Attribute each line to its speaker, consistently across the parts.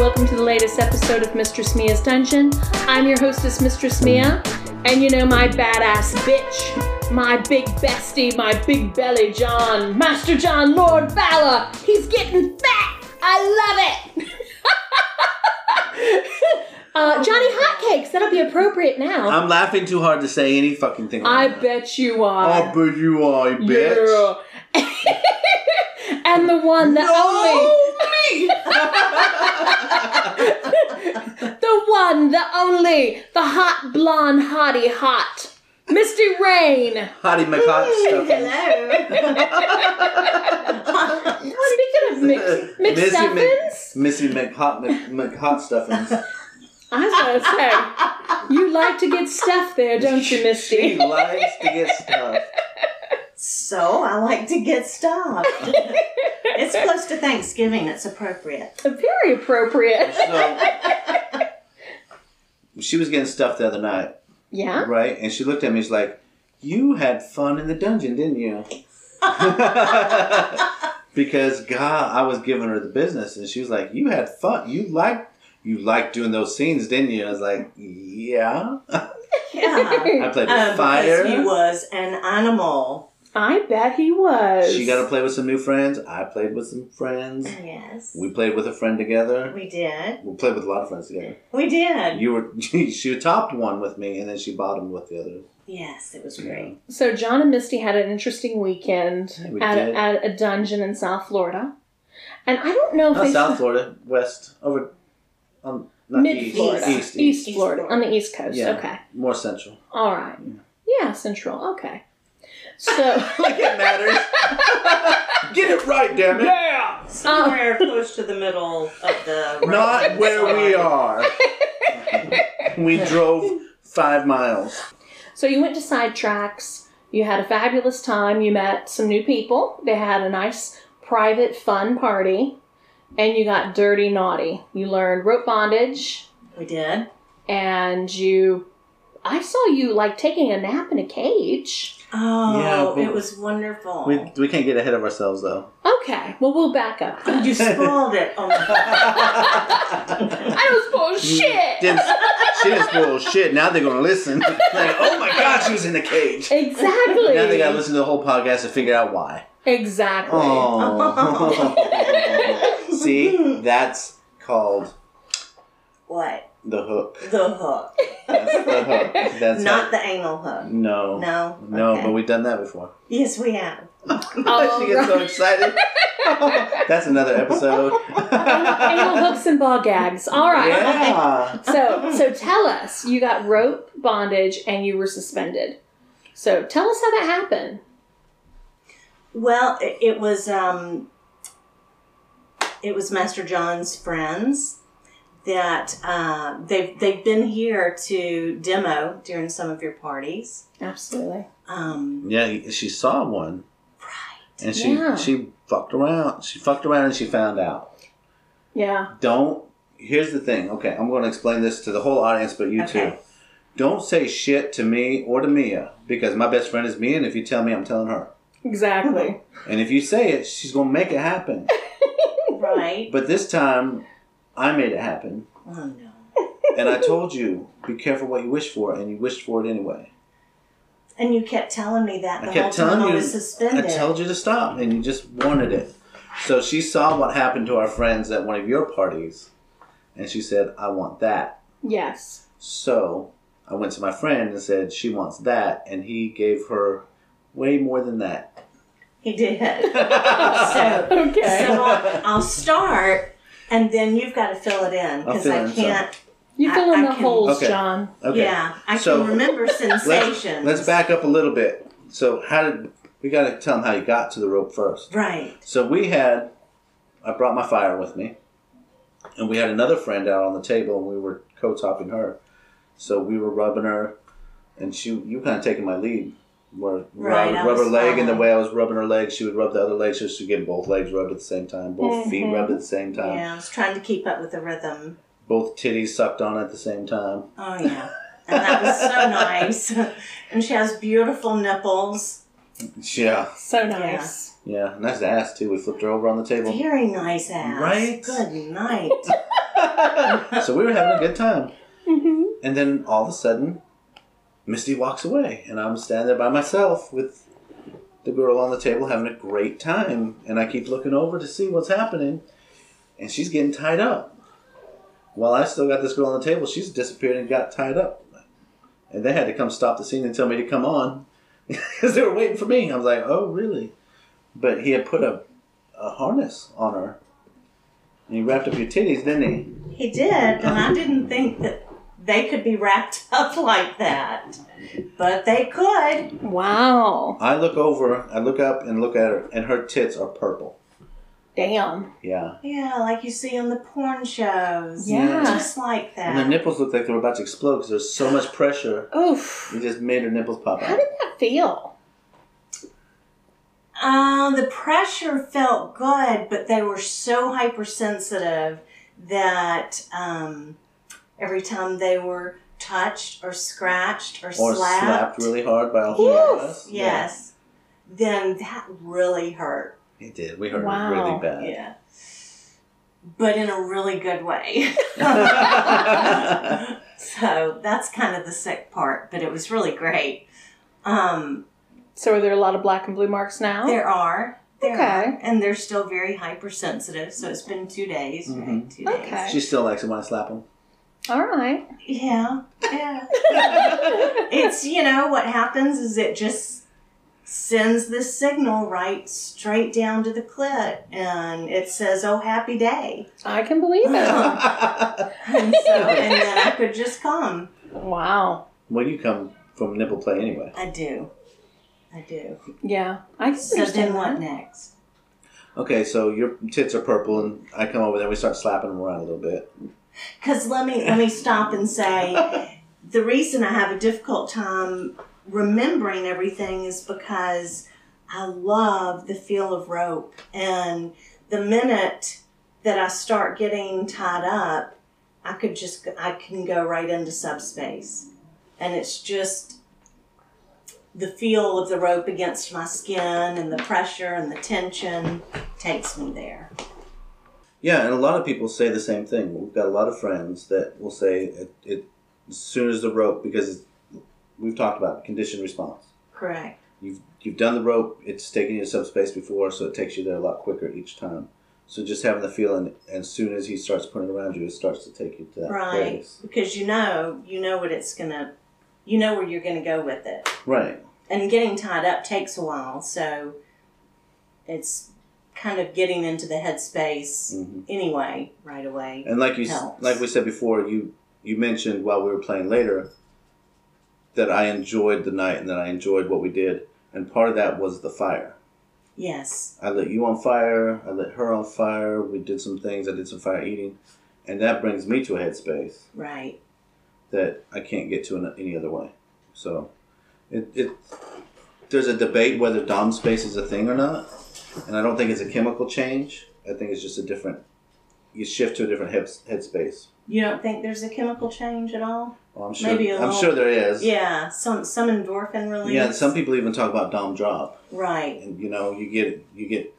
Speaker 1: Welcome to the latest episode of Mistress Mia's Dungeon. I'm your hostess, Mistress Mia, and you know my badass bitch, my big bestie, my big belly John, Master John, Lord Valor. He's getting fat. I love it. uh, Johnny Hotcakes. That'll be appropriate now.
Speaker 2: I'm laughing too hard to say any fucking thing.
Speaker 1: I
Speaker 2: right now.
Speaker 1: bet you are.
Speaker 2: Oh, but you are, you bitch.
Speaker 1: Yeah. and the one that only. The one, the only, the hot blonde hottie hot. Misty Rain.
Speaker 2: Hottie McHot stuff.
Speaker 1: Speaking of mix, mixed
Speaker 2: Uh, Missy Mc-
Speaker 1: stuffins,
Speaker 2: Missy McHot Mc- McHot stuffins.
Speaker 1: I was gonna say, you like to get stuff there, don't you,
Speaker 2: She
Speaker 1: Misty?
Speaker 2: likes to get stuff.
Speaker 3: So I like to get stuffed. it's close to Thanksgiving. It's appropriate.
Speaker 1: Very appropriate.
Speaker 2: So she was getting stuffed the other night,
Speaker 1: Yeah.
Speaker 2: right? And she looked at me. She's like, "You had fun in the dungeon, didn't you?" because God, I was giving her the business, and she was like, "You had fun. You liked." You liked doing those scenes, didn't you? I was like, yeah.
Speaker 3: Yeah.
Speaker 2: I played with
Speaker 3: Um,
Speaker 2: fire.
Speaker 3: because he was an animal.
Speaker 1: I bet he was.
Speaker 2: She got to play with some new friends. I played with some friends.
Speaker 3: Yes.
Speaker 2: We played with a friend together.
Speaker 3: We did.
Speaker 2: We played with a lot of friends together.
Speaker 3: We did.
Speaker 2: You were she topped one with me, and then she bottomed with the other.
Speaker 3: Yes, it was great.
Speaker 1: So John and Misty had an interesting weekend
Speaker 2: Yeah, we
Speaker 1: at,
Speaker 2: did.
Speaker 1: at a dungeon in South Florida, and I don't know if
Speaker 2: Not
Speaker 1: they
Speaker 2: South Florida, West over, um, not
Speaker 1: mid
Speaker 2: east,
Speaker 1: Florida,
Speaker 2: east, east,
Speaker 3: East
Speaker 1: Florida,
Speaker 3: Florida.
Speaker 1: on the East Coast.
Speaker 2: Yeah.
Speaker 1: Okay.
Speaker 2: more central.
Speaker 1: All right. Yeah, Central. Okay. So,
Speaker 2: like it matters. Get it right, damn it.
Speaker 3: Oh.
Speaker 1: yeah.
Speaker 3: Somewhere close to the middle of the.
Speaker 2: Not
Speaker 3: road.
Speaker 2: where we are. we drove five miles.
Speaker 1: So you went to Sidetracks. You had a fabulous time. You met some new people. They had a nice, private, fun party, and you got dirty, naughty. You learned rope bondage,
Speaker 3: We did.
Speaker 1: and you. I saw you like taking a nap in a cage.
Speaker 3: Oh,
Speaker 2: Yeah, but-
Speaker 3: it was wonderful.
Speaker 2: We, we can't get ahead of ourselves though.
Speaker 1: Okay. Well, we'll back up.
Speaker 3: you spoiled it. Oh my
Speaker 1: I don't spoil
Speaker 3: Mm.
Speaker 1: shit.
Speaker 2: didn't, she didn't spoil shit. Now they're gonna listen. Like, oh my god, she was in the cage.
Speaker 1: Exactly.
Speaker 2: Now they gotta listen to the whole podcast to figure out why.
Speaker 1: Exactly.
Speaker 2: Oh, see, that's called
Speaker 3: What?
Speaker 2: the hook.
Speaker 3: The hook.
Speaker 2: That's the hook. That's
Speaker 3: Not
Speaker 2: how-
Speaker 3: the anal hook.
Speaker 2: no,
Speaker 3: No.
Speaker 2: no.
Speaker 3: Okay. Oh,
Speaker 2: But we've done that before.
Speaker 3: Yes, we have.
Speaker 2: she gets so excited. that's another episode.
Speaker 1: Anal hooks and ball gags. All right.
Speaker 2: Yeah.
Speaker 1: So, so tell us, you got rope bondage and you were suspended. So tell us how that happened.
Speaker 3: Well, it, it was um, it was Master John's friends that uh, they've they've been here to demo during some of your parties.
Speaker 1: Absolutely.
Speaker 3: Um,
Speaker 2: Yeah, she saw one,
Speaker 3: right.
Speaker 2: and she
Speaker 1: Yeah.
Speaker 2: she fucked around. She fucked around, and she found out.
Speaker 1: Yeah.
Speaker 2: don't here's the thing okay i'm going to explain this to the whole audience but you too
Speaker 3: Okay.
Speaker 2: don't say shit to me or to mia because my best friend is me and if you tell me i'm telling her
Speaker 1: Exactly.
Speaker 2: and if you say it she's going to make it happen
Speaker 3: Right.
Speaker 2: but this time i made it happen
Speaker 3: Oh no.
Speaker 2: and i told you be careful what you wish for and you wished for it anyway
Speaker 3: And you kept telling me that the
Speaker 2: i kept
Speaker 3: whole time
Speaker 2: telling
Speaker 3: I
Speaker 2: you
Speaker 3: was suspended.
Speaker 2: i told you to stop and you just wanted it so she saw what happened to our friends at one of your parties and she said i want that
Speaker 1: Yes.
Speaker 2: So I went to my friend and said she wants that, and he gave her way more than that.
Speaker 3: He did. so
Speaker 1: Okay.
Speaker 3: so I'll, I'll start, and then you've got to fill it in because
Speaker 2: fill
Speaker 3: I
Speaker 2: in some.
Speaker 3: can't.
Speaker 1: you fill
Speaker 3: I-
Speaker 1: in
Speaker 3: I
Speaker 1: the
Speaker 3: can-
Speaker 1: holes,
Speaker 2: Okay.
Speaker 1: John.
Speaker 2: Okay.
Speaker 3: Yeah, I
Speaker 2: So,
Speaker 3: can remember
Speaker 2: Let's,
Speaker 3: sensations.
Speaker 2: let's back up a little bit. So how did we got to tell him how you got to the rope first?
Speaker 3: Right.
Speaker 2: So we had, I brought my fire with me, and we had another friend out on the table, and we were co-topping her. So we were rubbing her, and she, you kind of taking my lead. Where
Speaker 3: Right,
Speaker 2: I
Speaker 3: I
Speaker 2: would rub her
Speaker 3: was
Speaker 2: leg, and the
Speaker 3: following.
Speaker 2: way I was rubbing her leg, she would rub the other leg, so she'd get both legs rubbed at the same time, both feet
Speaker 1: Mhm.
Speaker 2: rubbed at the same time,
Speaker 3: Mm-hmm. Yeah, I was trying to keep up with the rhythm.
Speaker 2: both titties sucked on at the same time.
Speaker 3: Oh yeah. And that was so nice. and she has beautiful nipples.
Speaker 2: Yeah,
Speaker 1: So nice.
Speaker 2: yeah, nice ass too. We flipped her over on the table.
Speaker 3: Very nice ass.
Speaker 2: Right?
Speaker 3: Good night.
Speaker 2: so we were having a good time.
Speaker 1: Mm-hmm.
Speaker 2: And then all of a sudden, Misty walks away, and I'm standing there by myself with the girl on the table having a great time. And I keep looking over to see what's happening, and she's getting tied up. While I still got this girl on the table, she's disappeared and got tied up. And they had to come stop the scene and tell me to come on because they were waiting for me. I was like, oh, really? But he had put a, a harness on her. And he wrapped up your titties, didn't he?
Speaker 3: He did, and I didn't think that they could be wrapped up like that. But they could.
Speaker 1: Wow.
Speaker 2: I look over, I look up and look at her, and her tits are purple.
Speaker 1: Damn.
Speaker 2: Yeah.
Speaker 3: Yeah, like you see on the porn shows.
Speaker 1: Yeah.
Speaker 3: Just like
Speaker 2: And her
Speaker 3: that.
Speaker 2: nipples look like they were about to explode because there's so much pressure.
Speaker 1: Oof.
Speaker 2: It just made her nipples pop
Speaker 1: How
Speaker 2: out.
Speaker 1: did that feel?
Speaker 3: Uh, the pressure felt good, but they were so hypersensitive that um, every time they were touched or scratched or,
Speaker 2: Or slapped.
Speaker 3: slapped,
Speaker 2: really hard by all three
Speaker 1: Oof.
Speaker 2: of us.
Speaker 3: yes, then that really hurt.
Speaker 2: Yeah. It did. We hurt
Speaker 1: Wow.
Speaker 2: really bad.
Speaker 3: Yeah. But in a really good way. so that's kind of the sick part, but it was really great. Um,
Speaker 1: So are there a lot of black and blue marks now?
Speaker 3: There are. There
Speaker 1: Oh. Okay.
Speaker 3: are, and they're still very hypersensitive, so it's been two days, right? Two days.
Speaker 1: Okay.
Speaker 2: She still likes it when I slap him.
Speaker 1: All right.
Speaker 3: Yeah. Yeah. it's, you know, what happens is it just sends this signal right straight down to the clit and it says, oh, happy day.
Speaker 1: I can believe it.
Speaker 3: And so, and then I could just come.
Speaker 1: wow.
Speaker 2: well, you come from nipple play anyway.
Speaker 3: I do. I do.
Speaker 1: Yeah. I can
Speaker 3: So
Speaker 1: understand
Speaker 3: then what
Speaker 1: that.
Speaker 3: next?
Speaker 2: Okay, so your tits are purple, and I come over there. We start slapping them around a little bit.
Speaker 3: Because let me let me stop and say the reason I have a difficult time remembering everything is because I love the feel of rope, and the minute that I start getting tied up, I could just I can go right into subspace, and it's just the feel of the rope against my skin and the pressure and the tension takes me there.
Speaker 2: Yeah, and a lot of people say the same thing. We've got a lot of friends that will say it, it as soon as the rope because it's, we've talked about conditioned response.
Speaker 3: Correct.
Speaker 2: You've you've done the rope. It's taken you to subspace before, so it takes you there a lot quicker each time. So just having the feeling, as soon as he starts putting it around you, it starts to take you to that
Speaker 3: right
Speaker 2: place.
Speaker 3: because you know you know what it's gonna you know where you're gonna go with it
Speaker 2: Right.
Speaker 3: and getting tied up takes a while so it's kind of getting into the headspace
Speaker 2: hmm
Speaker 3: anyway right away
Speaker 2: And like you, s-
Speaker 3: Helps.
Speaker 2: like we said before, you you mentioned while we were playing later that I enjoyed the night and that I enjoyed what we did, and part of that was the fire.
Speaker 3: yes
Speaker 2: I lit you on fire. I lit her on fire. We did some things. I did some fire eating, and that brings me to a headspace
Speaker 3: right
Speaker 2: that I can't get to in any other way. So, it, it there's a debate whether dom space is a thing or not, and I don't think it's a chemical change. I think it's just a different. You shift to a different head headspace.
Speaker 3: you don't think there's a chemical change at all
Speaker 2: Well, I'm sure.
Speaker 3: Maybe a
Speaker 2: I'm
Speaker 3: little-
Speaker 2: sure there is.
Speaker 3: yeah some some endorphin release
Speaker 2: Yeah, and some people even talk about dom drop,
Speaker 3: right
Speaker 2: and you know, you get you get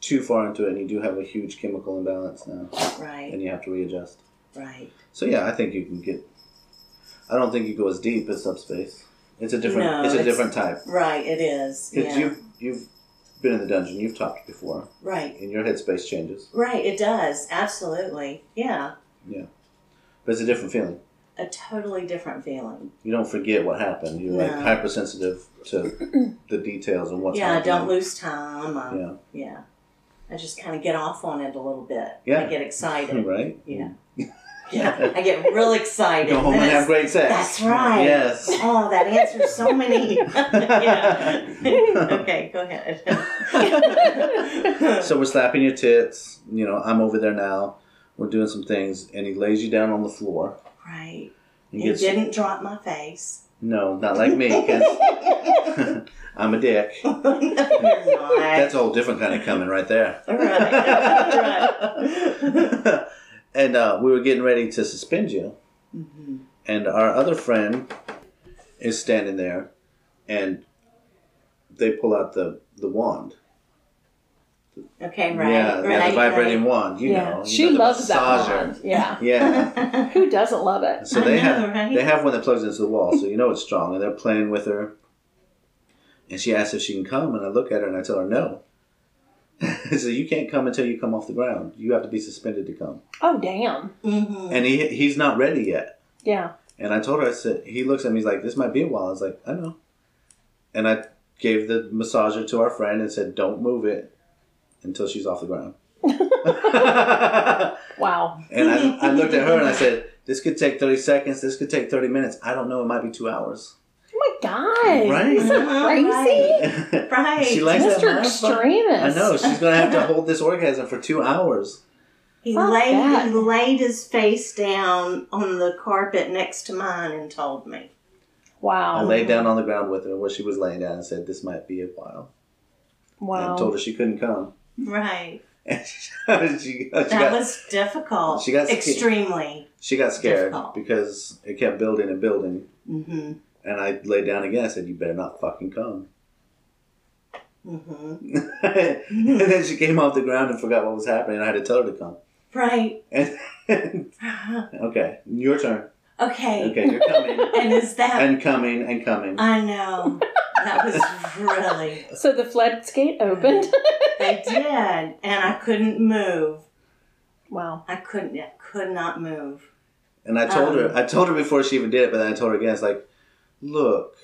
Speaker 2: too far into it, and you do have a huge chemical imbalance now,
Speaker 3: right
Speaker 2: and you have to readjust.
Speaker 3: right
Speaker 2: So yeah, I think you can get. I don't think you go as deep as subspace. It's a different.
Speaker 3: No,
Speaker 2: it's a
Speaker 3: it's-
Speaker 2: different type.
Speaker 3: right it is
Speaker 2: Because
Speaker 3: yeah
Speaker 2: you've you've been in the dungeon. You've talked before,
Speaker 3: right
Speaker 2: and your headspace changes.
Speaker 3: right it does absolutely yeah
Speaker 2: But it's a different feeling.
Speaker 3: a totally different feeling
Speaker 2: You don't forget what happened. You're like
Speaker 3: No.
Speaker 2: hypersensitive to the details and what's
Speaker 3: yeah,
Speaker 2: happening.
Speaker 3: don't lose time. Um,
Speaker 2: Yeah.
Speaker 3: yeah. I just kind of get off on it a little bit.
Speaker 2: Yeah.
Speaker 3: I get excited.
Speaker 2: Right.
Speaker 3: yeah. Yeah. I get real excited.
Speaker 2: Go home and
Speaker 3: Then
Speaker 2: have
Speaker 3: it's-
Speaker 2: great sex.
Speaker 3: That's right.
Speaker 2: Yes.
Speaker 3: Oh, that answers so many. yeah. okay, go ahead.
Speaker 2: So we're slapping your tits. You know, I'm over there now. We're doing some things, and he lays you down on the floor.
Speaker 3: right.
Speaker 2: He
Speaker 3: He didn't drop my face.
Speaker 2: No, not like me, because I'm a dick.
Speaker 3: No, you're not.
Speaker 2: That's a whole different kind of coming right there.
Speaker 3: All right.
Speaker 2: and uh, we were getting ready to suspend you,
Speaker 3: Mm-hmm.
Speaker 2: and our other friend is standing there, and they pull out the, the wand.
Speaker 3: Okay, right.
Speaker 2: yeah,
Speaker 3: right,
Speaker 2: yeah, the vibrating
Speaker 3: right.
Speaker 2: wand. You
Speaker 1: yeah.
Speaker 2: know, you
Speaker 1: she
Speaker 2: got the
Speaker 1: loves that
Speaker 2: massager.
Speaker 1: one. Yeah.
Speaker 2: Yeah.
Speaker 1: Who doesn't love it?
Speaker 2: So
Speaker 3: I
Speaker 2: they
Speaker 3: know,
Speaker 2: have
Speaker 3: right?
Speaker 2: they have one that plugs into the wall, so you know it's strong. And they're playing with her, and she asks if she can come, and I look at her and I tell her no. so you can't come until you come off the ground. You have to be suspended to come.
Speaker 1: Oh damn.
Speaker 3: Mhm.
Speaker 2: And he he's not ready yet.
Speaker 1: Yeah.
Speaker 2: And I told her I said he looks at me. He's like, this might be a while. I was like, I know. And I gave the massager to our friend and said, don't move it until she's off the ground.
Speaker 1: Wow.
Speaker 2: And I, I looked at her and I said, This could take 30 seconds. This could take 30 minutes. I don't know. It might be two hours.
Speaker 1: Oh my god.
Speaker 2: Right?
Speaker 1: Isn't that crazy?
Speaker 3: Right.
Speaker 2: she likes that
Speaker 1: Mr.
Speaker 2: motherfucker. I
Speaker 1: Extremist.
Speaker 2: know. She's going to have to hold this orgasm for two hours.
Speaker 3: He
Speaker 1: Fuck
Speaker 3: laid
Speaker 1: that.
Speaker 3: he laid his face down on the carpet next to mine and told me.
Speaker 2: I
Speaker 1: Wow.
Speaker 2: laid down on the ground with her where she was laying down and said, This might be a while. And told
Speaker 1: Wow.
Speaker 2: her she couldn't come.
Speaker 3: Right.
Speaker 2: And she, she, got,
Speaker 3: that was difficult.
Speaker 2: she got scared.
Speaker 3: extremely.
Speaker 2: she got scared
Speaker 3: Difficult.
Speaker 2: because it kept building and building.
Speaker 3: hmm
Speaker 2: And I laid down again. I said, You better not fucking come.
Speaker 3: hmm Mm-hmm.
Speaker 2: and then she came off the ground and forgot what was happening. I had to tell her to come.
Speaker 3: Right.
Speaker 2: And okay, your turn.
Speaker 3: Okay.
Speaker 2: Okay, you're coming
Speaker 3: And is that
Speaker 2: and coming and coming.
Speaker 3: I know. That was really
Speaker 1: So the floodgate opened.
Speaker 3: they did. And I couldn't move.
Speaker 1: wow.
Speaker 3: I couldn't I could not move.
Speaker 2: And I told her,
Speaker 3: Um.
Speaker 2: I told her before she even did it, but then I told her again. It's like, look,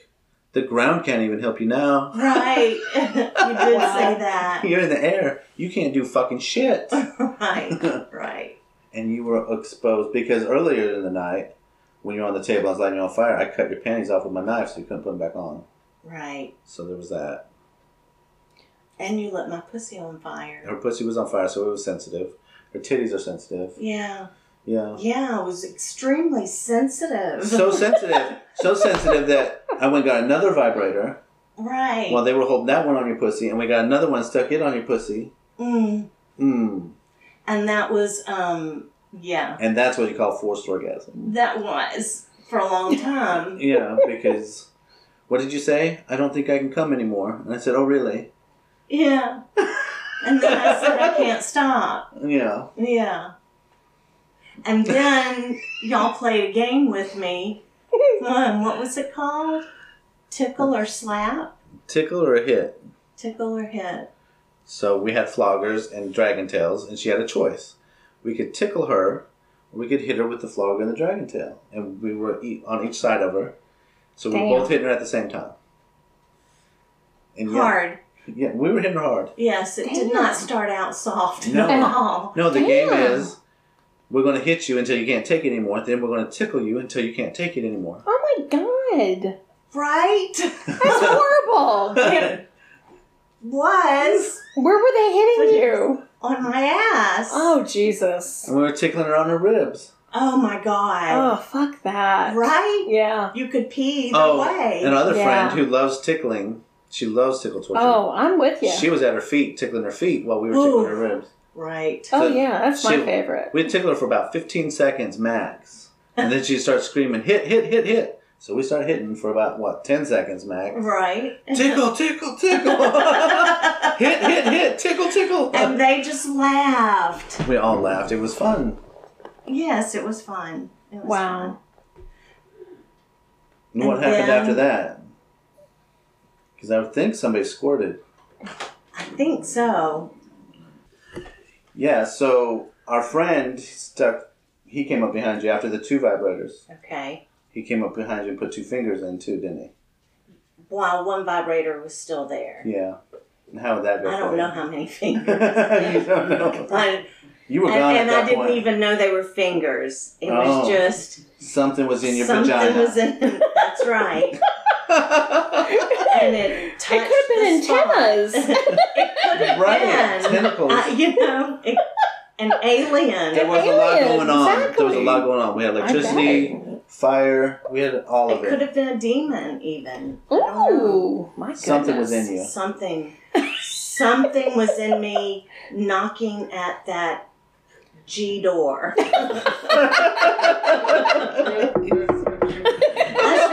Speaker 2: the ground can't even help you now.
Speaker 3: Right. you did say that.
Speaker 2: You're in the air. You can't do fucking shit.
Speaker 3: Right. Right.
Speaker 2: And you were exposed because earlier in the night, when you were on the table, I was lighting you on fire. I cut your panties off with my knife, so you couldn't put them back on.
Speaker 3: Right.
Speaker 2: So there was that.
Speaker 3: And you lit my pussy on fire.
Speaker 2: Her pussy was on fire, so it was sensitive. Her titties are sensitive.
Speaker 3: Yeah.
Speaker 2: Yeah.
Speaker 3: Yeah, I was extremely sensitive.
Speaker 2: So sensitive, so sensitive that I went and got another vibrator.
Speaker 3: right.
Speaker 2: Well, they were holding that one on your pussy, and we got another one stuck it on your pussy.
Speaker 3: mm.
Speaker 2: Mm.
Speaker 3: And that was, um, yeah,
Speaker 2: And that's what you call forced orgasm.
Speaker 3: that was for a long time.
Speaker 2: Yeah, because what did you say? I don't think I can come anymore. And I said, Oh, really?
Speaker 3: yeah. And then I said, I can't stop.
Speaker 2: Yeah.
Speaker 3: Yeah. And then y'all played a game with me. Um, what was it called? Tickle or slap?
Speaker 2: Tickle or a hit?
Speaker 3: Tickle or hit?
Speaker 2: So we had floggers and dragon tails, and she had a choice. We could tickle her, or we could hit her with the flogger and the dragon tail. And we were e- on each side of her. So we were
Speaker 1: Damn.
Speaker 2: both hitting her at the same time. And yeah,
Speaker 3: Hard.
Speaker 2: Yeah, we were hitting her hard.
Speaker 3: Yes, it did
Speaker 1: Damn.
Speaker 3: not start out soft
Speaker 2: No.
Speaker 3: at all.
Speaker 2: No, the game
Speaker 1: Damn.
Speaker 2: is we're going to hit you until you can't take it anymore. Then we're going to tickle you until you can't take it anymore.
Speaker 1: Oh my god.
Speaker 3: Right?
Speaker 1: That's horrible.
Speaker 3: it was
Speaker 1: Where were they hitting you?
Speaker 3: on my ass.
Speaker 1: Oh Jesus.
Speaker 2: And we were tickling her on her ribs.
Speaker 3: Oh my god.
Speaker 1: Oh fuck that.
Speaker 3: Right?
Speaker 1: Yeah.
Speaker 3: You could pee either
Speaker 2: oh,
Speaker 3: way.
Speaker 2: and another
Speaker 1: Yeah.
Speaker 2: friend who loves tickling. She loves tickle torture.
Speaker 1: Oh, I'm with you.
Speaker 2: She was at her feet, tickling her feet while we were tickling her ribs.
Speaker 3: right.
Speaker 1: oh yeah, that's my
Speaker 2: she-
Speaker 1: favorite.
Speaker 2: We'd tickle her for about 15 seconds max. And then she'd start screaming, hit, hit, hit, hit. So we started hitting for about, what, 10 seconds max.
Speaker 3: Right.
Speaker 2: Tickle, Uh, tickle, tickle. hit, hit, hit, tickle, tickle.
Speaker 3: and they just laughed.
Speaker 2: we all laughed. It was fun.
Speaker 3: Yes, it was fun. It was
Speaker 1: Wow.
Speaker 2: And what
Speaker 3: And
Speaker 2: happened
Speaker 3: then-
Speaker 2: after that? Because I would think somebody squirted.
Speaker 3: fun. I think so.
Speaker 2: Yeah, so our friend stuck, he came up behind you after the two vibrators.
Speaker 3: Okay.
Speaker 2: He came up behind you and put two fingers in too, didn't
Speaker 3: While one vibrator was still there.
Speaker 2: he? Yeah. And how would that go?
Speaker 3: I
Speaker 2: for
Speaker 3: don't know how many fingers.
Speaker 2: you? you don't know.
Speaker 3: I,
Speaker 2: You were
Speaker 3: and
Speaker 2: gone at
Speaker 3: and
Speaker 2: that
Speaker 3: I didn't
Speaker 2: point.
Speaker 3: even know they were fingers. It
Speaker 2: Oh.
Speaker 3: was just
Speaker 2: Something was in your
Speaker 3: something
Speaker 2: vagina.
Speaker 3: was in. That's right. and it touched
Speaker 1: It could have been
Speaker 3: the spot.
Speaker 1: antennas.
Speaker 3: it could have
Speaker 2: Right,
Speaker 3: been.
Speaker 2: tentacles.
Speaker 3: Uh, you know, it- an alien.
Speaker 2: there was a lot
Speaker 1: Alien,
Speaker 2: going on. There was a
Speaker 1: exactly.
Speaker 2: lot going on. We had
Speaker 1: I
Speaker 2: electricity,
Speaker 1: bet.
Speaker 2: fire. We had all
Speaker 3: it
Speaker 2: of
Speaker 3: could
Speaker 2: it.
Speaker 3: have been a demon, even. I don't know.
Speaker 1: Ooh, my goodness.
Speaker 2: Something was in you.
Speaker 3: Something. Something was in me knocking at that G door. That's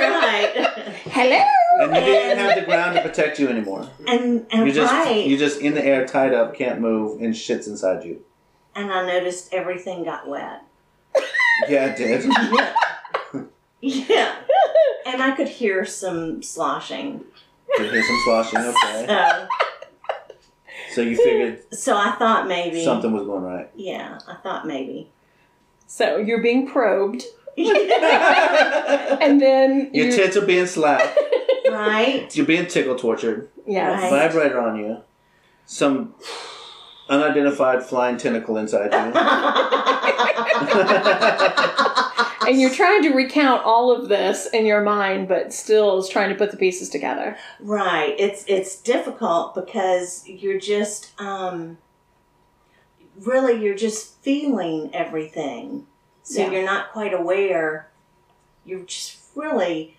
Speaker 3: right.
Speaker 1: Hello.
Speaker 2: and I didn't have the ground to protect you anymore.
Speaker 3: And and
Speaker 2: You just
Speaker 3: right.
Speaker 2: you just in the air, tied up, can't move, and shit's inside you.
Speaker 3: and I noticed everything got wet.
Speaker 2: Yeah, it did.
Speaker 3: Yeah. yeah. And I could hear some sloshing.
Speaker 2: Could hear some sloshing. Okay,
Speaker 3: So,
Speaker 2: so you figured
Speaker 3: so I thought maybe
Speaker 2: something was going right.
Speaker 3: Yeah, I thought maybe.
Speaker 1: So you're being probed,
Speaker 2: Your
Speaker 1: and then you-
Speaker 2: tits are being slapped.
Speaker 3: right?
Speaker 2: You're being tickle tortured.
Speaker 1: yes.
Speaker 3: Right.
Speaker 2: Vibrator on you. Some unidentified flying tentacle inside you.
Speaker 1: And you're trying to recount all of this in your mind, but still is trying to put the pieces together.
Speaker 3: right. It's it's difficult because you're just um really you're just feeling everything. So
Speaker 1: Yeah.
Speaker 3: you're not quite aware. You're just really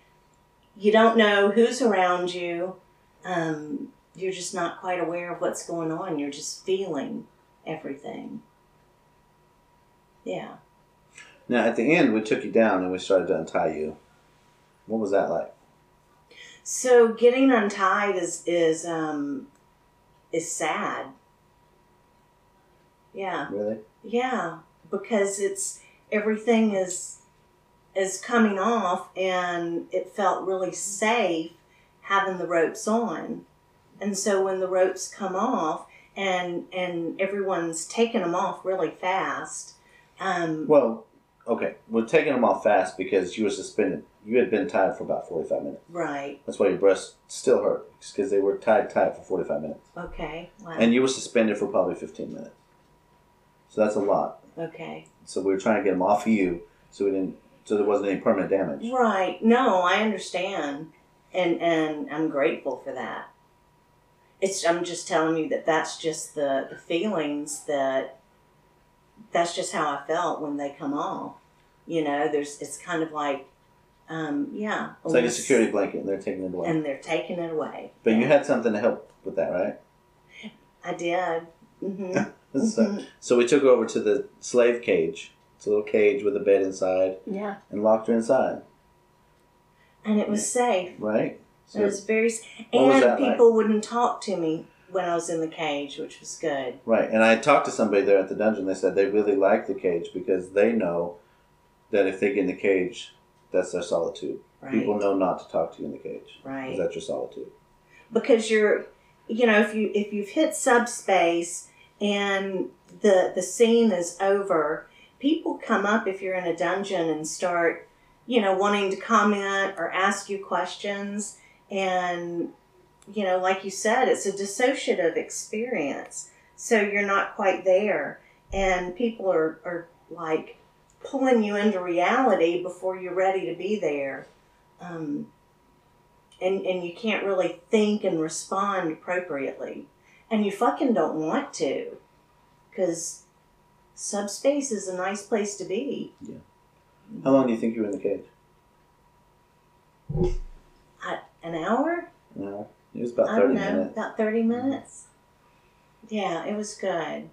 Speaker 3: you don't know who's around you. Um you're just not quite aware of what's going on. You're just feeling everything. Yeah.
Speaker 2: Now, at the end, we took you down and we started to untie you. What was that like?
Speaker 3: So getting untied is is um is sad. Yeah.
Speaker 2: Really?
Speaker 3: Yeah, because it's everything is is coming off and it felt really safe having the ropes on. And so when the ropes come off and and everyone's taking them off really fast, um
Speaker 2: Well, okay. We're taking them off fast because you were suspended. You had been tied for about 45 minutes.
Speaker 3: right.
Speaker 2: That's why your breasts still hurt, because they were tied tight for 45 minutes.
Speaker 3: Okay. Wow.
Speaker 2: And you were suspended for probably 15 minutes. So that's a lot.
Speaker 3: okay.
Speaker 2: So we were trying to get them off of you so we didn't. So there wasn't any permanent damage.
Speaker 3: Right. No, I understand, and and I'm grateful for that. It's I'm just telling you that that's just the, the feelings that that's just how I felt when they come off. You know, there's it's kind of like, um, yeah,
Speaker 2: It's like a
Speaker 3: this-
Speaker 2: security blanket, and they're taking it away.
Speaker 3: and they're taking it away.
Speaker 2: but you had something to help with that, right?
Speaker 3: I did. hmm
Speaker 2: So, so we took her over to the slave cage. It's a little cage with a bed inside,
Speaker 1: Yeah.
Speaker 2: and locked her inside,
Speaker 3: and it was safe.
Speaker 2: right?
Speaker 3: It
Speaker 2: So,
Speaker 3: was very, s-
Speaker 2: What was
Speaker 3: and
Speaker 2: that like?
Speaker 3: people wouldn't talk to me when I was in the cage, which was good.
Speaker 2: right. And I talked to somebody there at the dungeon. They said they really like the cage because they know that if they get in the cage, that's their solitude.
Speaker 3: Right.
Speaker 2: People know not to talk to you in the cage. 'cause
Speaker 3: right.
Speaker 2: That's your solitude.
Speaker 3: because you're you know if you if you've hit subspace and the the scene is over people come up if you're in a dungeon and start you know wanting to comment or ask you questions and you know like you said it's a dissociative experience so you're not quite there and people are, are like pulling you into reality before you're ready to be there um, and and you can't really think and respond appropriately and you fucking don't want to because subspace is a nice place to be
Speaker 2: How long do you think you were in the cage?
Speaker 3: an hour
Speaker 2: No, it was about
Speaker 3: i
Speaker 2: thirty
Speaker 3: don't know
Speaker 2: minutes.
Speaker 3: about 30 minutes yeah it was good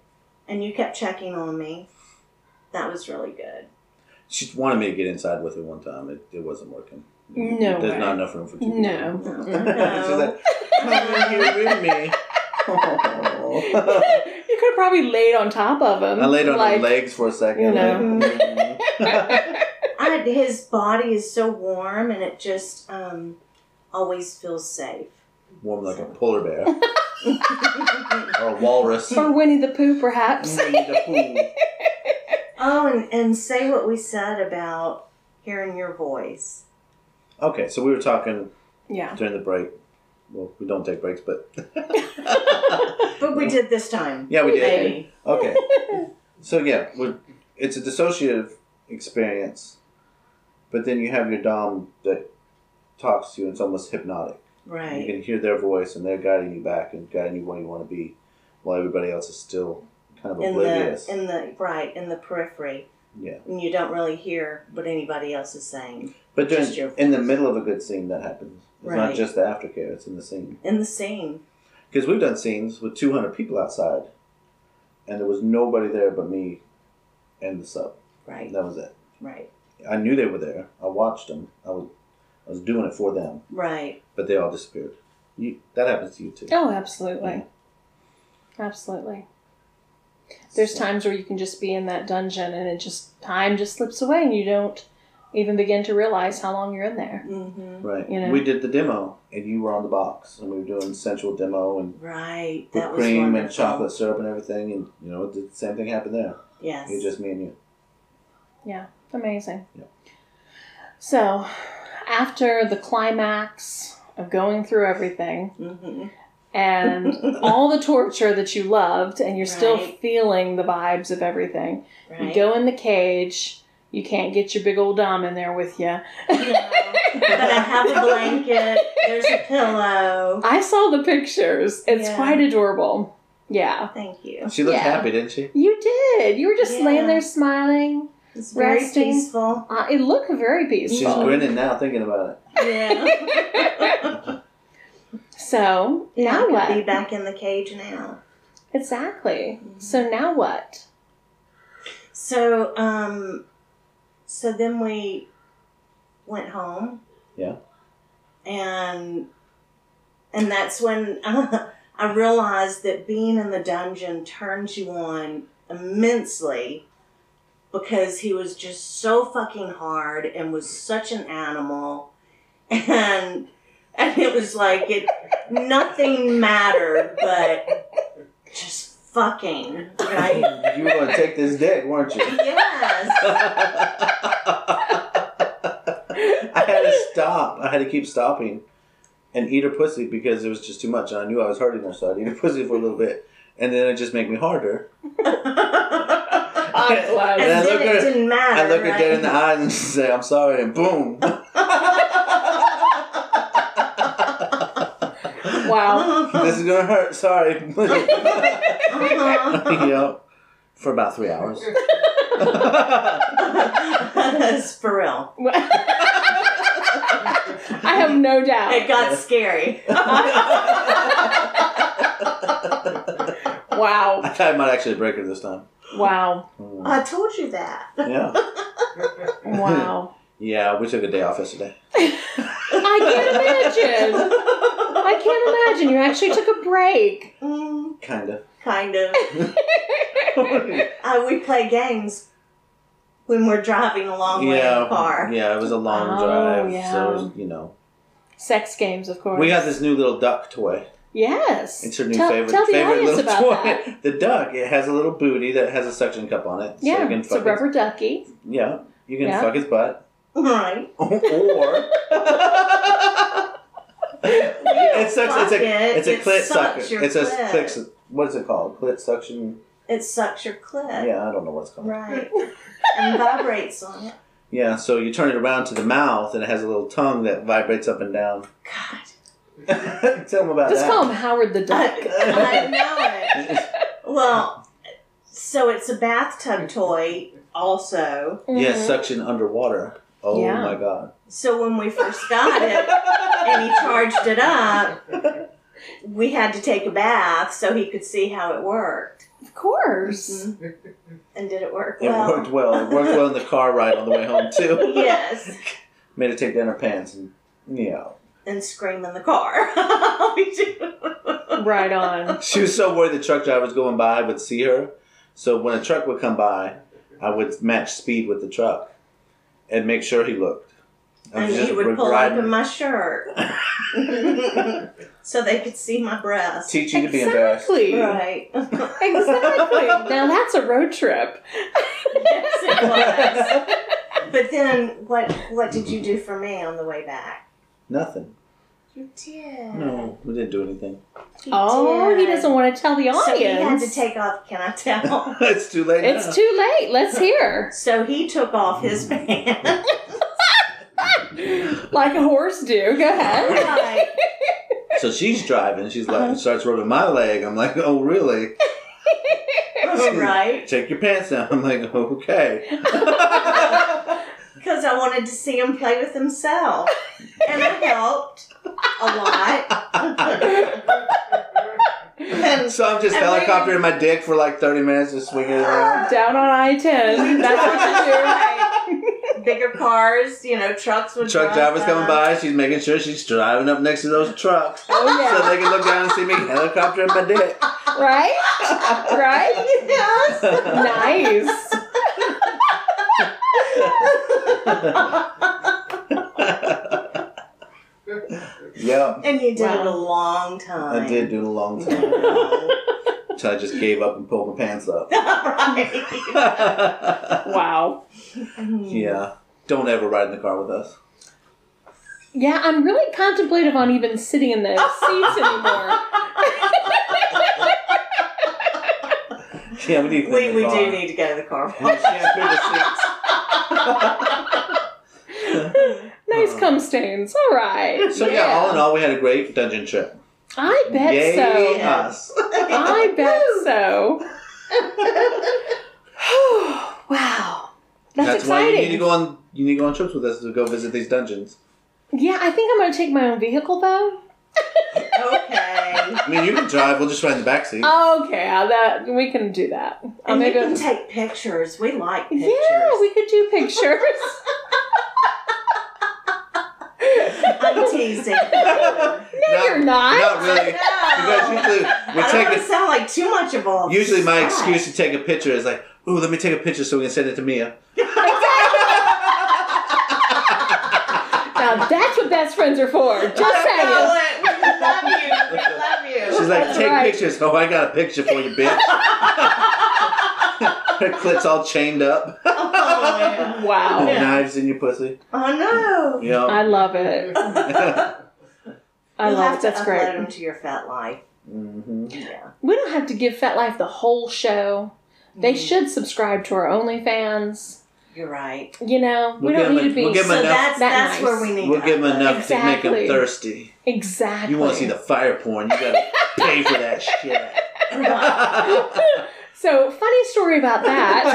Speaker 3: and you kept checking on me that was really good
Speaker 2: She wanted me to get inside with her one time. It, it wasn't working.
Speaker 1: No
Speaker 2: There's
Speaker 1: way.
Speaker 2: not enough room for two. people.
Speaker 1: No.
Speaker 2: She's
Speaker 1: Mm-mm.
Speaker 3: No.
Speaker 2: like, "Come in here with me."
Speaker 1: you could
Speaker 2: Aw.
Speaker 1: have probably laid on top of him.
Speaker 2: I laid on
Speaker 1: like,
Speaker 2: her legs for a second.
Speaker 1: you know.
Speaker 3: I, his body is so warm and it just um, always feels safe
Speaker 2: Warm like a polar bear or a walrus.
Speaker 1: Or Winnie the Pooh, perhaps.
Speaker 2: Winnie the Pooh.
Speaker 3: Oh, and, and say what we said about hearing your voice.
Speaker 2: okay, so we were talking
Speaker 1: yeah.
Speaker 2: during the break. Well, we don't take breaks, but
Speaker 3: But we did this time.
Speaker 2: yeah, we did.
Speaker 3: Maybe.
Speaker 2: Okay. so yeah, we're, it's a dissociative experience, but then you have your dom that talks to you. and It's almost hypnotic. You
Speaker 3: Right.
Speaker 2: can hear their voice, and they're guiding you back and guiding you where you want to be, while everybody else is still kind of
Speaker 3: In the
Speaker 2: oblivious.
Speaker 3: in the right, in the periphery.
Speaker 2: yeah.
Speaker 3: And you don't really hear what anybody else is saying.
Speaker 2: But during,
Speaker 3: Just your
Speaker 2: in the middle of a good scene, that happens. It's not
Speaker 3: Right.
Speaker 2: just the aftercare; it's in the scene.
Speaker 3: In the scene.
Speaker 2: Because we've done scenes with 200 people outside, and there was nobody there but me and the sub.
Speaker 3: Right.
Speaker 2: That was it.
Speaker 3: Right.
Speaker 2: I knew they were there. I watched them. I was, I was doing it for them,
Speaker 3: Right.
Speaker 2: but they all disappeared. You, that happens to you too.
Speaker 1: Oh, absolutely. Absolutely. There's times where you can just be in that dungeon and it just, time just slips away and you don't even begin to realize how long you're in there.
Speaker 3: Mm-hmm.
Speaker 2: Right.
Speaker 1: You know.
Speaker 2: We did the demo, and you were on the box, and we were doing sensual demo and
Speaker 3: Right.
Speaker 2: whipped
Speaker 3: That was
Speaker 2: cream and
Speaker 3: wonderful.
Speaker 2: chocolate syrup and everything, and you know the same thing happened there.
Speaker 3: Yes.
Speaker 2: It was just me and you.
Speaker 1: Yeah, amazing.
Speaker 2: Yeah.
Speaker 1: So, after the climax of going through everything
Speaker 3: hmm
Speaker 1: and all the torture that you loved, and you're still
Speaker 3: Right.
Speaker 1: feeling the vibes of everything, you
Speaker 3: Right.
Speaker 1: go in the cage. You can't get your big old dom in there with you.
Speaker 3: No. but I have a blanket. There's a pillow.
Speaker 1: I saw the pictures. It's
Speaker 3: Yeah.
Speaker 1: quite adorable. Yeah.
Speaker 3: Thank you.
Speaker 2: She looked
Speaker 1: Yeah.
Speaker 2: happy, didn't she?
Speaker 1: You did. You were just
Speaker 3: Yeah.
Speaker 1: laying there smiling.
Speaker 3: It's very
Speaker 1: Resting.
Speaker 3: peaceful.
Speaker 1: Uh, it looked very
Speaker 2: She's
Speaker 1: peaceful.
Speaker 2: grinning now, thinking about it.
Speaker 3: Yeah.
Speaker 1: So,
Speaker 3: now
Speaker 1: now
Speaker 3: I
Speaker 1: what?
Speaker 3: could be back in the cage now.
Speaker 1: Exactly.
Speaker 3: Mm-hmm.
Speaker 1: So, now what?
Speaker 3: So, um, so then we went home.
Speaker 2: Yeah.
Speaker 3: And and that's when I realized that being in the dungeon turns you on immensely because he was just so fucking hard and was such an animal and and it was like it nothing mattered but just fucking right
Speaker 2: you were going to take this dick, weren't you?
Speaker 3: Yes.
Speaker 2: I had to stop. I had to keep stopping and eat her pussy because it was just too much. And I knew I was hurting her, so I'd eat her pussy for a little bit. And then it just make me harder.
Speaker 1: I'm glad.
Speaker 3: and
Speaker 2: And I
Speaker 3: then
Speaker 2: look
Speaker 3: it
Speaker 2: at her,
Speaker 3: didn't matter.
Speaker 2: I look her dead in the
Speaker 3: right?
Speaker 2: eyes and say, I'm sorry, and boom.
Speaker 1: Wow.
Speaker 2: this is going to hurt. Sorry.
Speaker 3: Uh-huh.
Speaker 2: yep. For about three hours.
Speaker 3: Uh-huh. That's for real.
Speaker 1: I have no doubt.
Speaker 3: It got scary.
Speaker 1: Wow.
Speaker 2: I thought I might actually break her this time.
Speaker 1: Wow.
Speaker 2: Mm.
Speaker 3: I told you that.
Speaker 2: Yeah.
Speaker 1: Wow.
Speaker 2: Yeah, we took a day off yesterday.
Speaker 1: I can't imagine. I can't imagine. You actually took a break.
Speaker 3: Mm,
Speaker 2: Kind of.
Speaker 3: kind of.
Speaker 2: yeah.
Speaker 3: Uh, we play games when we're driving a long way in the car.
Speaker 2: Yeah, it was a long
Speaker 1: Oh,
Speaker 2: drive.
Speaker 1: yeah.
Speaker 2: So, it was, you know.
Speaker 1: Sex games, of course.
Speaker 2: We got this new little duck toy.
Speaker 1: Yes.
Speaker 2: It's her new
Speaker 1: tell,
Speaker 2: favorite,
Speaker 1: Tell the
Speaker 2: favorite
Speaker 1: audience
Speaker 2: little
Speaker 1: about
Speaker 2: toy.
Speaker 1: that.
Speaker 2: The duck, it has a little booty that has a suction cup on it. so you
Speaker 1: Yeah,
Speaker 2: can
Speaker 1: it's
Speaker 2: fuck
Speaker 1: a rubber ducky.
Speaker 2: His, yeah, you can
Speaker 1: Yeah.
Speaker 2: fuck his butt.
Speaker 3: Right.
Speaker 2: or. it sucks. It's
Speaker 3: fuck
Speaker 2: a,
Speaker 3: it,
Speaker 2: it's a
Speaker 3: it
Speaker 2: clit
Speaker 3: sucks
Speaker 2: sucker.
Speaker 3: your
Speaker 2: It's a
Speaker 3: clit.
Speaker 2: clit. What is it called? Clit suction.
Speaker 3: It sucks your
Speaker 1: Uh,
Speaker 3: clit.
Speaker 2: Yeah, I don't know what it's called.
Speaker 3: Right. and vibrates on it.
Speaker 2: Yeah, so you turn it around to the mouth, and it has a little tongue that vibrates up and down.
Speaker 3: God.
Speaker 2: Tell them about
Speaker 1: Just
Speaker 2: that.
Speaker 1: call him Howard the Duck.
Speaker 3: I, I know it. Well, so it's a bathtub toy also.
Speaker 2: Yeah,
Speaker 1: Mhm.
Speaker 2: suction underwater. Oh
Speaker 1: Yeah.
Speaker 2: my god.
Speaker 3: So when we first got it and he charged it up, we had to take a bath so he could see how it worked.
Speaker 1: Mm-hmm. Of course.
Speaker 3: And did it work
Speaker 2: It
Speaker 3: well?
Speaker 2: worked well. It worked well in the car ride on the way home too.
Speaker 3: yes.
Speaker 2: Made her take down her pants and yeah.
Speaker 3: And scream in the car. we do. Mm-hmm.
Speaker 1: Right on.
Speaker 2: She was so worried the truck drivers going by would see her. So when a truck would come by, I would match speed with the truck and make sure he looked. I
Speaker 3: And
Speaker 2: was
Speaker 3: he
Speaker 2: just
Speaker 3: would pull up
Speaker 2: riding-
Speaker 3: in my shirt so they could see my breasts.
Speaker 2: teach you to be embarrassed.
Speaker 1: exactly.
Speaker 3: Right.
Speaker 1: Exactly. Now that's a road trip.
Speaker 3: Yes, it was. but then, what what did you do for me on the way back?
Speaker 2: Nothing.
Speaker 3: You did.
Speaker 2: No, we didn't do anything.
Speaker 3: You
Speaker 1: Oh, he
Speaker 3: did.
Speaker 1: doesn't want to tell the audience.
Speaker 3: So he had to take off. Can I tell?
Speaker 2: it's too late. now.
Speaker 1: It's too late. Let's hear.
Speaker 3: so he took off his pants.
Speaker 1: Like a horse do. Go ahead.
Speaker 3: Right.
Speaker 2: So she's driving. She's like, starts rubbing my leg. I'm like, oh really?
Speaker 3: right.
Speaker 2: Take your pants down. I'm like, okay.
Speaker 3: Because I wanted to see him play with himself, and I helped a lot. and
Speaker 2: So I'm just
Speaker 3: And we-
Speaker 2: helicoptering my dick for like 30 minutes, just swinging it around.
Speaker 1: Down on I ten. That's what you do.
Speaker 3: bigger cars, you know, trucks would.
Speaker 2: Truck
Speaker 3: drive
Speaker 2: driver's coming
Speaker 3: by.
Speaker 2: by. She's making sure she's driving up next to those trucks
Speaker 1: Oh
Speaker 2: so
Speaker 1: yeah,
Speaker 2: they can look down and see me helicoptering my dick.
Speaker 1: right, right.
Speaker 3: Yes.
Speaker 1: Nice.
Speaker 2: yeah,
Speaker 3: And you did
Speaker 1: Wow.
Speaker 3: it a long time.
Speaker 2: I did do it a long time until I just gave up and pulled my pants up.
Speaker 3: right.
Speaker 1: Wow.
Speaker 2: yeah, don't ever ride in the car with us.
Speaker 1: Yeah, I'm really contemplative on even sitting in those seats anymore.
Speaker 2: Yeah, we need. to
Speaker 3: We,
Speaker 2: clean
Speaker 3: we
Speaker 2: the
Speaker 3: do
Speaker 2: car.
Speaker 3: need to go to the car. wash.
Speaker 2: And shampoo the seats.
Speaker 1: Nice
Speaker 2: Uh.
Speaker 1: cum stains. All right.
Speaker 2: So yeah. all in all, we had a great dungeon trip.
Speaker 1: I bet
Speaker 2: Yay
Speaker 1: so.
Speaker 2: us!
Speaker 1: I bet so. wow. That's,
Speaker 2: why you
Speaker 1: exciting.
Speaker 2: need to go on. You need to go on trips with us to go visit these dungeons.
Speaker 1: yeah, I think I'm going to take my own vehicle though.
Speaker 3: okay.
Speaker 2: I mean, you can drive. We'll just ride in the back seat.
Speaker 1: Okay, uh, that we can do that. I'm
Speaker 3: And you
Speaker 1: gonna go-
Speaker 3: can take pictures. We like pictures.
Speaker 1: yeah, we could do pictures.
Speaker 3: I'm teasing.
Speaker 1: no,
Speaker 2: Not-
Speaker 1: you're not.
Speaker 2: Not really. Because
Speaker 3: I
Speaker 2: usually we
Speaker 3: don't
Speaker 2: take
Speaker 3: want to
Speaker 2: a,
Speaker 3: sound like too much of all.
Speaker 2: usually my
Speaker 3: that.
Speaker 2: excuse to take a picture is like, "Ooh, let me take a picture so we can send it to Mia."
Speaker 1: Now that's what best friends are for. Just saying.
Speaker 3: I know it. We love you. We love you.
Speaker 2: She's like,
Speaker 1: That's
Speaker 2: "Take
Speaker 1: right.
Speaker 2: pictures." Oh, I got a picture for you, bitch. Her clit's all chained up,
Speaker 3: oh, man.
Speaker 1: Wow.
Speaker 3: Yeah.
Speaker 2: knives in your pussy.
Speaker 3: oh no.
Speaker 1: I
Speaker 2: Yeah.
Speaker 1: love it. I
Speaker 3: You'll
Speaker 1: love
Speaker 3: have
Speaker 1: it.
Speaker 3: to
Speaker 1: That's
Speaker 3: upload
Speaker 1: great.
Speaker 3: them to your fat life.
Speaker 2: hmm
Speaker 3: Yeah.
Speaker 1: We don't have to give Fat Life the whole show. They
Speaker 3: Mhm.
Speaker 2: Mm.
Speaker 1: should subscribe to our OnlyFans.
Speaker 3: You're right.
Speaker 1: You know, we
Speaker 2: We'll
Speaker 1: don't need to
Speaker 2: give them a-
Speaker 1: be
Speaker 2: we'll give
Speaker 3: So
Speaker 2: them enough-
Speaker 3: that's
Speaker 1: that
Speaker 3: that's
Speaker 1: nice.
Speaker 3: where we need.
Speaker 2: We'll
Speaker 3: to
Speaker 2: give them
Speaker 3: upload.
Speaker 2: enough to make
Speaker 1: Exactly.
Speaker 2: them thirsty.
Speaker 1: exactly.
Speaker 2: You want to see the fire porn? You gotta pay for that shit.
Speaker 1: So, funny story about that.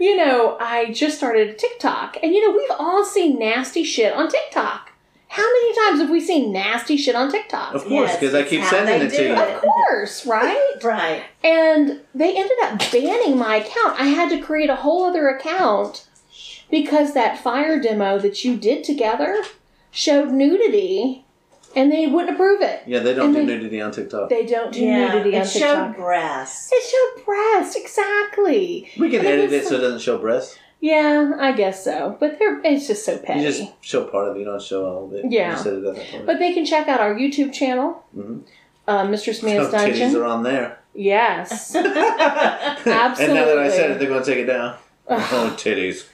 Speaker 1: you know, I just started TikTok, and you know, we've all seen nasty shit on TikTok. How many times have we seen nasty shit on TikTok?
Speaker 2: of course,
Speaker 3: Yes,
Speaker 2: because I
Speaker 3: it's
Speaker 2: keep
Speaker 3: how
Speaker 2: sending
Speaker 3: they
Speaker 2: it
Speaker 3: do
Speaker 2: to you.
Speaker 1: Of course, right?
Speaker 3: Right.
Speaker 1: And they ended up banning my account. I had to create a whole other account because that fire demo that you did together showed nudity and they wouldn't approve it.
Speaker 2: Yeah, they don't
Speaker 1: And
Speaker 2: do
Speaker 1: they-
Speaker 2: nudity on TikTok.
Speaker 1: They don't do
Speaker 3: yeah.
Speaker 1: nudity on
Speaker 3: it showed
Speaker 1: TikTok.
Speaker 3: breasts.
Speaker 1: It showed breasts, exactly.
Speaker 2: we can
Speaker 1: But it
Speaker 2: edit
Speaker 1: was
Speaker 2: it so it doesn't show breasts.
Speaker 1: Yeah, I guess so. But they're it's just so petty.
Speaker 2: You just show part of it. You don't show all of it.
Speaker 1: Yeah.
Speaker 2: You just edit that part.
Speaker 1: but they can check out our YouTube channel,
Speaker 2: Mhm.
Speaker 1: uh, Mistress Mia's
Speaker 2: Oh, titties
Speaker 1: Dungeon.
Speaker 2: are on there.
Speaker 1: Yes,
Speaker 2: And now that I said
Speaker 1: Absolutely.
Speaker 2: it, they're gonna take it down. oh, titties.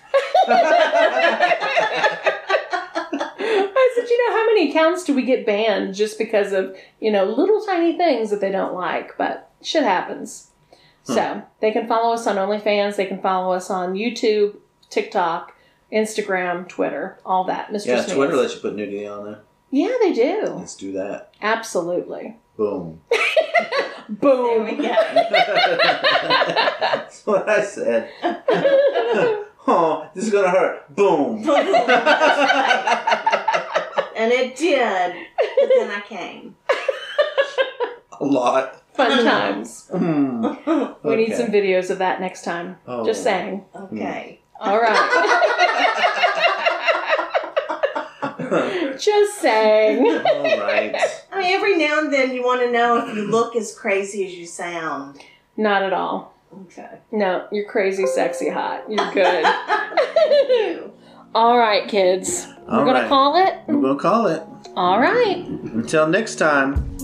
Speaker 1: I said, you know, how many accounts do we get banned just because of, you know, little tiny things that they don't like? But shit happens.
Speaker 2: Hmm.
Speaker 1: So they can follow us on OnlyFans, they can follow us on YouTube, TikTok, Instagram, Twitter, all that. Mr.
Speaker 2: Yeah,
Speaker 1: Sneeze.
Speaker 2: Twitter lets you put nudity on there.
Speaker 1: Yeah, they do.
Speaker 2: Let's do that.
Speaker 1: Absolutely.
Speaker 2: Boom.
Speaker 3: There
Speaker 1: Boom.
Speaker 3: we go.
Speaker 2: That's what I said. oh, this is gonna hurt. Boom.
Speaker 3: And it did. But then I came.
Speaker 2: A lot.
Speaker 1: Fun times.
Speaker 2: Hmm.
Speaker 1: We need
Speaker 2: Okay.
Speaker 1: some videos of that next time.
Speaker 2: Oh.
Speaker 1: Just saying.
Speaker 3: Okay.
Speaker 1: All right. Just saying.
Speaker 2: All right.
Speaker 3: I mean, every now and then you want to know if you look as crazy as you sound.
Speaker 1: Not at all.
Speaker 3: Okay.
Speaker 1: No, you're crazy, sexy, hot. You're good.
Speaker 3: You.
Speaker 1: All right, kids. We're
Speaker 2: All
Speaker 1: gonna
Speaker 2: right.
Speaker 1: call it.
Speaker 2: We're gonna call it.
Speaker 1: All right.
Speaker 2: Until next time,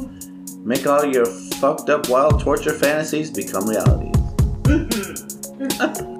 Speaker 2: make all your fucked up wild torture fantasies become realities.